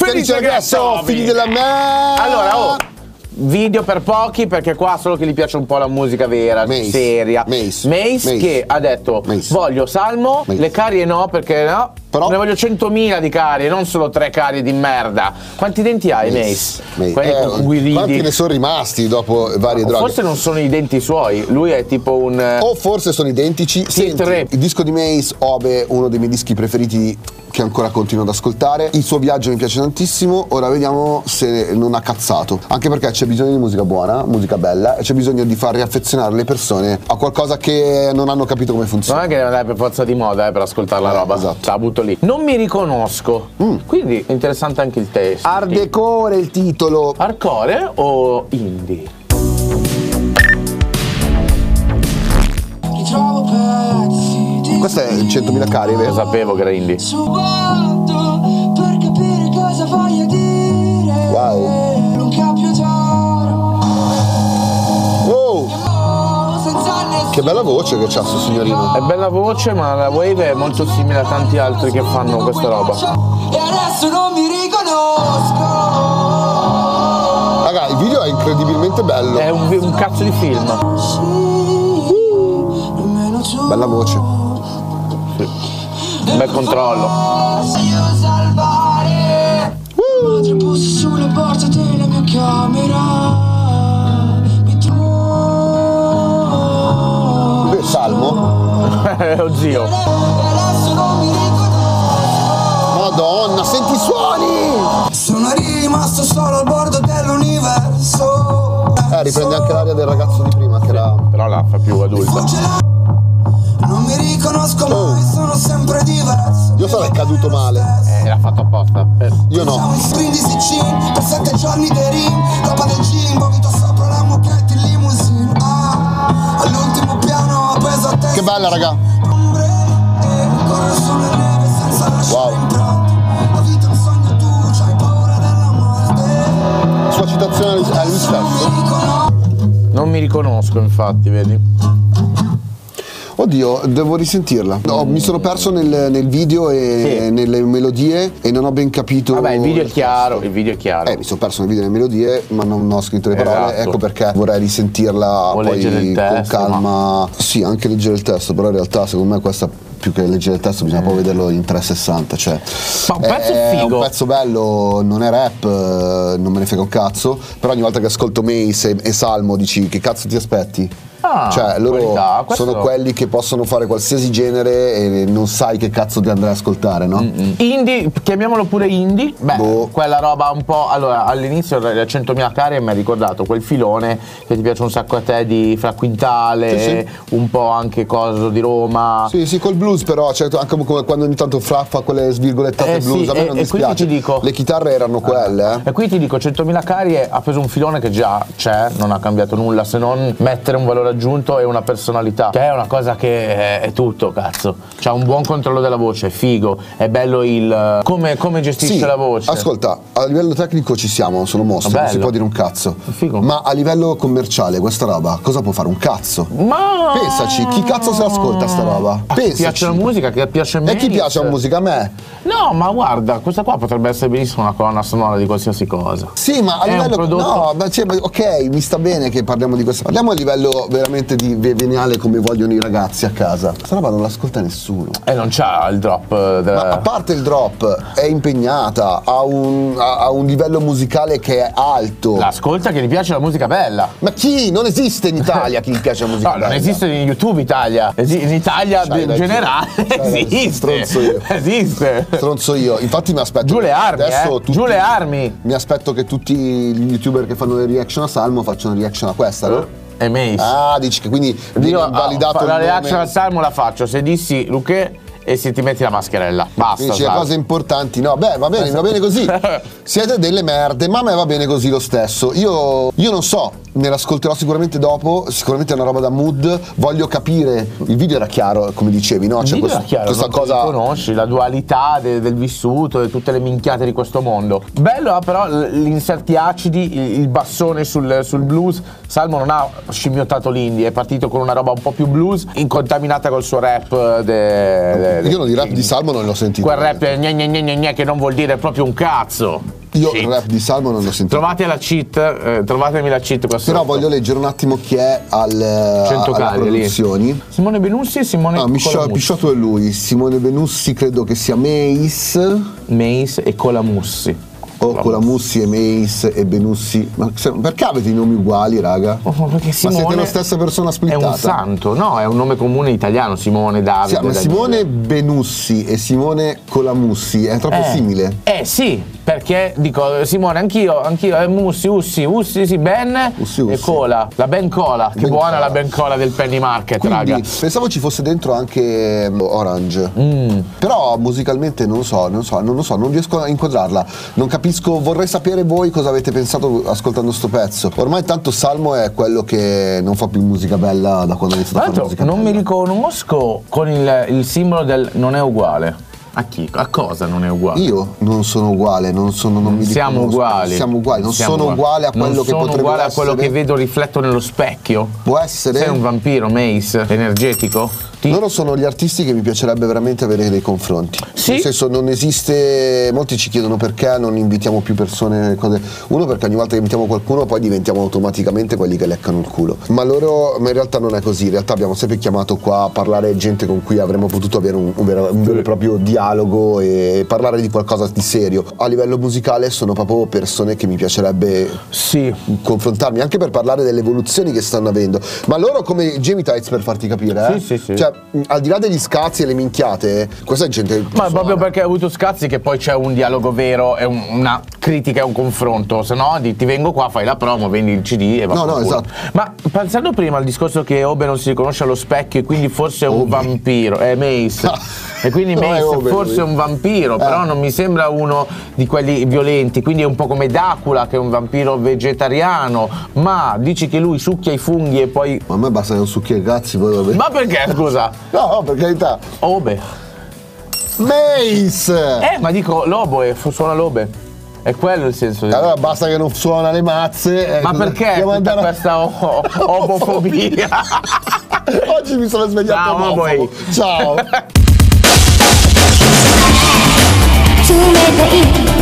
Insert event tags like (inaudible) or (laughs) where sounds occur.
Felice ragazzo, figli della me. Allora, oh, video per pochi perché qua solo che gli piace un po' la musica vera, Mace, seria. Mace, Mace. che ha detto Mace. voglio Salmo, Mace. le carie no perché no. Però- Ne voglio 100.000 di carie, non solo tre carie di merda. Quanti denti hai, Mace? Mace. Quelli Eh, con cui Quanti ridi. ne sono rimasti dopo varie droghe? Oh. Forse non sono i denti suoi, lui è tipo un... eh, o forse sono identici. Senti, tre. il disco di Mace, Obe, uno dei miei dischi preferiti che ancora continuo ad ascoltare. Il suo viaggio mi piace tantissimo, ora vediamo se non ha cazzato. Anche perché c'è bisogno di musica buona, musica bella, e c'è bisogno di far riaffezionare le persone a qualcosa che non hanno capito come Non funziona. è che deve andare per forza di moda eh, per ascoltare la Eh, roba. esatto. Mm. La butto lì. Non mi riconosco. Quindi è interessante anche il testo. Art Deco era il titolo. Hardcore o indie? Ritrovo pezzi di Questo è il 100.000 cari, Lo vero? sapevo che era indie. subando per capire cosa voglio dire. Wow. Non capio d'oro, Ah. Wow, senza nessuno. Oh, che bella voce che c'ha sto signorino. È bella voce, ma la wave è molto simile a tanti altri che fanno questa roba. E adesso non mi riconosco. Raga, il video è incredibilmente bello. È un, un cazzo di film. Sì, nemmeno tu. Uh. Bella voce. Un bel controllo. (laughs) Voglio salvare Madre posso sulle porte della mia camera Mi trovo Eh, Salmo. Oh zio. Adesso non mi riconosco Madonna, senti i suoni! Sono rimasto solo al bordo dell'universo Eh, riprende anche l'aria del ragazzo di prima che era. Però la fa più adulta. Non mi riconosco mai, sono sempre diverso Oh. Io sarei caduto male. E Eh, l'ha fatto apposta. per- Io no. Siamo in sprint di Sicin, per sette giorni di ring, roba del gym, vomito sopra la moquette in limousine. Ah, all'ultimo piano ho preso a testa. Che bella, raga. ombre, e corro sulle neve senza lasciare Wow. impronte. La vita è un sogno, tu c'hai paura della morte. Sua citazione a lui Mi stesso. riconosco. Non mi riconosco, infatti, vedi. Oddio, devo risentirla. No, mi sono perso nel, nel video e Sì. nelle melodie e non ho ben capito. Vabbè, il video è chiaro. Il video è chiaro. Eh, mi sono perso nel video e nelle melodie, ma non ho scritto le parole. Esatto. Ecco perché vorrei risentirla O leggere poi il con testo, calma. Sì, anche leggere il testo, però in realtà secondo me questa più che leggere il testo Eh. bisogna proprio vederlo in 360. Cioè, Ma un pezzo è figo. un pezzo bello, non è rap, eh, non me ne frega un cazzo. Però ogni volta che ascolto Mace e, e Salmo dici che cazzo ti aspetti? Ah, cioè, loro qualità, questo- sono quelli che possono fare qualsiasi genere e non sai che cazzo ti andrai ad ascoltare, no? Indie, chiamiamolo pure indie, beh, Boh. quella roba un po'. Allora, all'inizio la 100.000 care mi ha ricordato quel filone che ti piace un sacco a te di Fra Quintale, Sì, sì. un po' anche coso di Roma. Sì, sì, col blues però, cioè, anche come quando ogni tanto Fra fa quelle svirgolettate Eh, sì, blues, a me e- non e quindi dispiace. ti dico- Ah, Le chitarre erano quelle, eh. E qui ti dico, 100.000 carie ha preso un filone che già c'è, non ha cambiato nulla se non mettere un valore aggiunto e una personalità, che è una cosa che è, è tutto, cazzo. C'ha un buon controllo della voce, è figo, è bello il... eh, come, come gestisce Sì, la voce. Ascolta, a livello tecnico ci siamo, sono mostri, non si Bello. può dire un cazzo. Figo. Ma a livello commerciale questa roba cosa può fare un cazzo? Ma... Pensaci, chi cazzo se l'ascolta sta roba? A chi Pensaci. Ah, piace la musica, che piace a me. E chi piace la musica? A me. No, ma guarda, questa qua potrebbe essere benissimo una colonna sonora di qualsiasi cosa. Sì, ma a È un livello. prodotto- No, ma cioè, ma- ok, mi sta bene che parliamo di questo. Parliamo a livello veramente di veniale come vogliono i ragazzi a casa. Questa roba non l'ascolta nessuno. E non c'ha il drop eh, Ma a della... parte il drop, è impegnata, ha un, ha- ha un livello musicale che è alto. L'ascolta che gli piace la musica bella. Ma chi? Non esiste in Italia chi gli piace la musica. No, non bella. esiste in YouTube Italia. Esi- in Italia Sai, in dai, generale dai, dai, esiste. stronzo io. Esiste. Stronzo io, infatti mi aspetto. Giù le armi, adesso eh. tutti- Giù le armi. Mi aspetto che tutti gli youtuber che fanno le reaction a Salmo facciano reaction a questa, no? E Mace. Ah, dici che quindi viene Io, Eh. ah, invalidato fa- il la nome. reaction al salmo la faccio se dissi Luque e se ti metti la mascherella. Basta. Dici le Salmo. cose importanti. No, beh, va (laughs) bene, va bene così. Siete delle merde, ma a me va bene così lo stesso. Io, io non so. me l'ascolterò sicuramente dopo, sicuramente è una roba da mood, voglio capire, il video era chiaro come dicevi, no? C'è questo- chiaro, Cioè, questa non cosa... conosci la dualità de- del vissuto e tutte le minchiate di questo mondo. Bello, ah, però l- gli inserti acidi, il- il bassone sul, sul blues. Salmo non ha scimmiottato l'indie, è partito con una roba un po' più blues, incontaminata col suo rap. de- de- de- Io non di rap di Salmo non l'ho sentito. Quel rap gne, gne, gne, gne, gne, che non vuol dire proprio un cazzo. Io Shit. il rap di Salmo non l'ho sentito. Trovate la cheat, eh, trovatemi la cheat qua Però sotto. voglio leggere un attimo chi è al, Cento alle cagli, lì. produzioni. Simone Benussi e Simone Ah, Miscio- Colamussi. Pisciotto è lui, Simone Benussi credo che sia Mace. Mace e Colamussi. O Colamussi e Mace e Benussi. Ma se- perché avete i nomi uguali, raga? Oh, perché Ma Simone siete la stessa persona È splittata. un santo, no, è un nome comune italiano, Simone Davide. Sì, ma Daniele. Simone Benussi e Simone Colamussi è troppo eh, simile. Eh sì, perché dico Simone, anch'io, anch'io, eh, Mussi, Ussi, Ussi, sì, Ben Ussi, e Ussi. Cola, la Ben Cola, che Ben buona Cola. la Ben Cola del Penny Market, Quindi raga. pensavo ci fosse dentro anche mm, Orange. Mm. Però musicalmente non lo so, non so, non lo so, non riesco a inquadrarla. Non capisco, vorrei sapere voi cosa avete pensato ascoltando sto pezzo. Ormai tanto Salmo è quello che non fa più musica bella da quando ha iniziato Tra a fare l'altro musica non bella. mi riconosco con il, il simbolo del non è uguale. A chi? A cosa non è uguale? Io non sono uguale, non sono non mi siamo riconosco. uguali. Siamo uguali, non Siamo sono uguale a Non quello che sono potrebbe uguale essere. a quello che vedo rifletto nello specchio. Può essere? Sei un vampiro, Mace, energetico? Ti- Loro sono gli artisti che mi piacerebbe veramente avere dei confronti. Sì. Nel senso non esiste, molti ci chiedono perché non invitiamo più persone, cose. uno perché ogni volta che invitiamo qualcuno poi diventiamo automaticamente quelli che leccano il culo. Ma loro, ma in realtà non è così, in realtà abbiamo sempre chiamato qua a parlare gente con cui avremmo potuto avere un, un vero, un vero e proprio dialogo e parlare di qualcosa di serio. A livello musicale sono proprio persone che mi piacerebbe Sì. confrontarmi anche per parlare delle evoluzioni che stanno avendo. Ma loro come Jamie Tights per farti capire, eh? Sì, sì, sì. Cioè, mh, al di là degli scazzi e le minchiate, questa è gente Ma buffona. proprio perché hai avuto scazzi che poi c'è un dialogo vero, è un- una critica e un confronto, se no di- ti vengo qua, fai la promo, vendi il CD e va. No, no, vaffanculo. esatto. Ma pensando prima al discorso che Obe non si riconosce allo specchio e quindi forse è un Obe. vampiro, è Mace. (laughs) Ah. E quindi No, è Mace Obe forse è lui. un vampiro, però Eh. non mi sembra uno di quelli violenti, quindi è un po' come Dracula che è un vampiro vegetariano, ma dici che lui succhia i funghi e poi... Ma a me basta che non succhi i cazzi, poi vabbè. Ma perché scusa? No, no, per carità. Obe. Mace! Eh, ma dico lobo e fu- suona lobe. È quello il senso. di- Allora basta che non suona le mazze. eh, ma cosa- perché dobbiamo tutta andare a- questa o- (laughs) o- omofobia? Oggi mi sono svegliato Ciao, omofobo. Maboi. (laughs) Ciao. to make the eat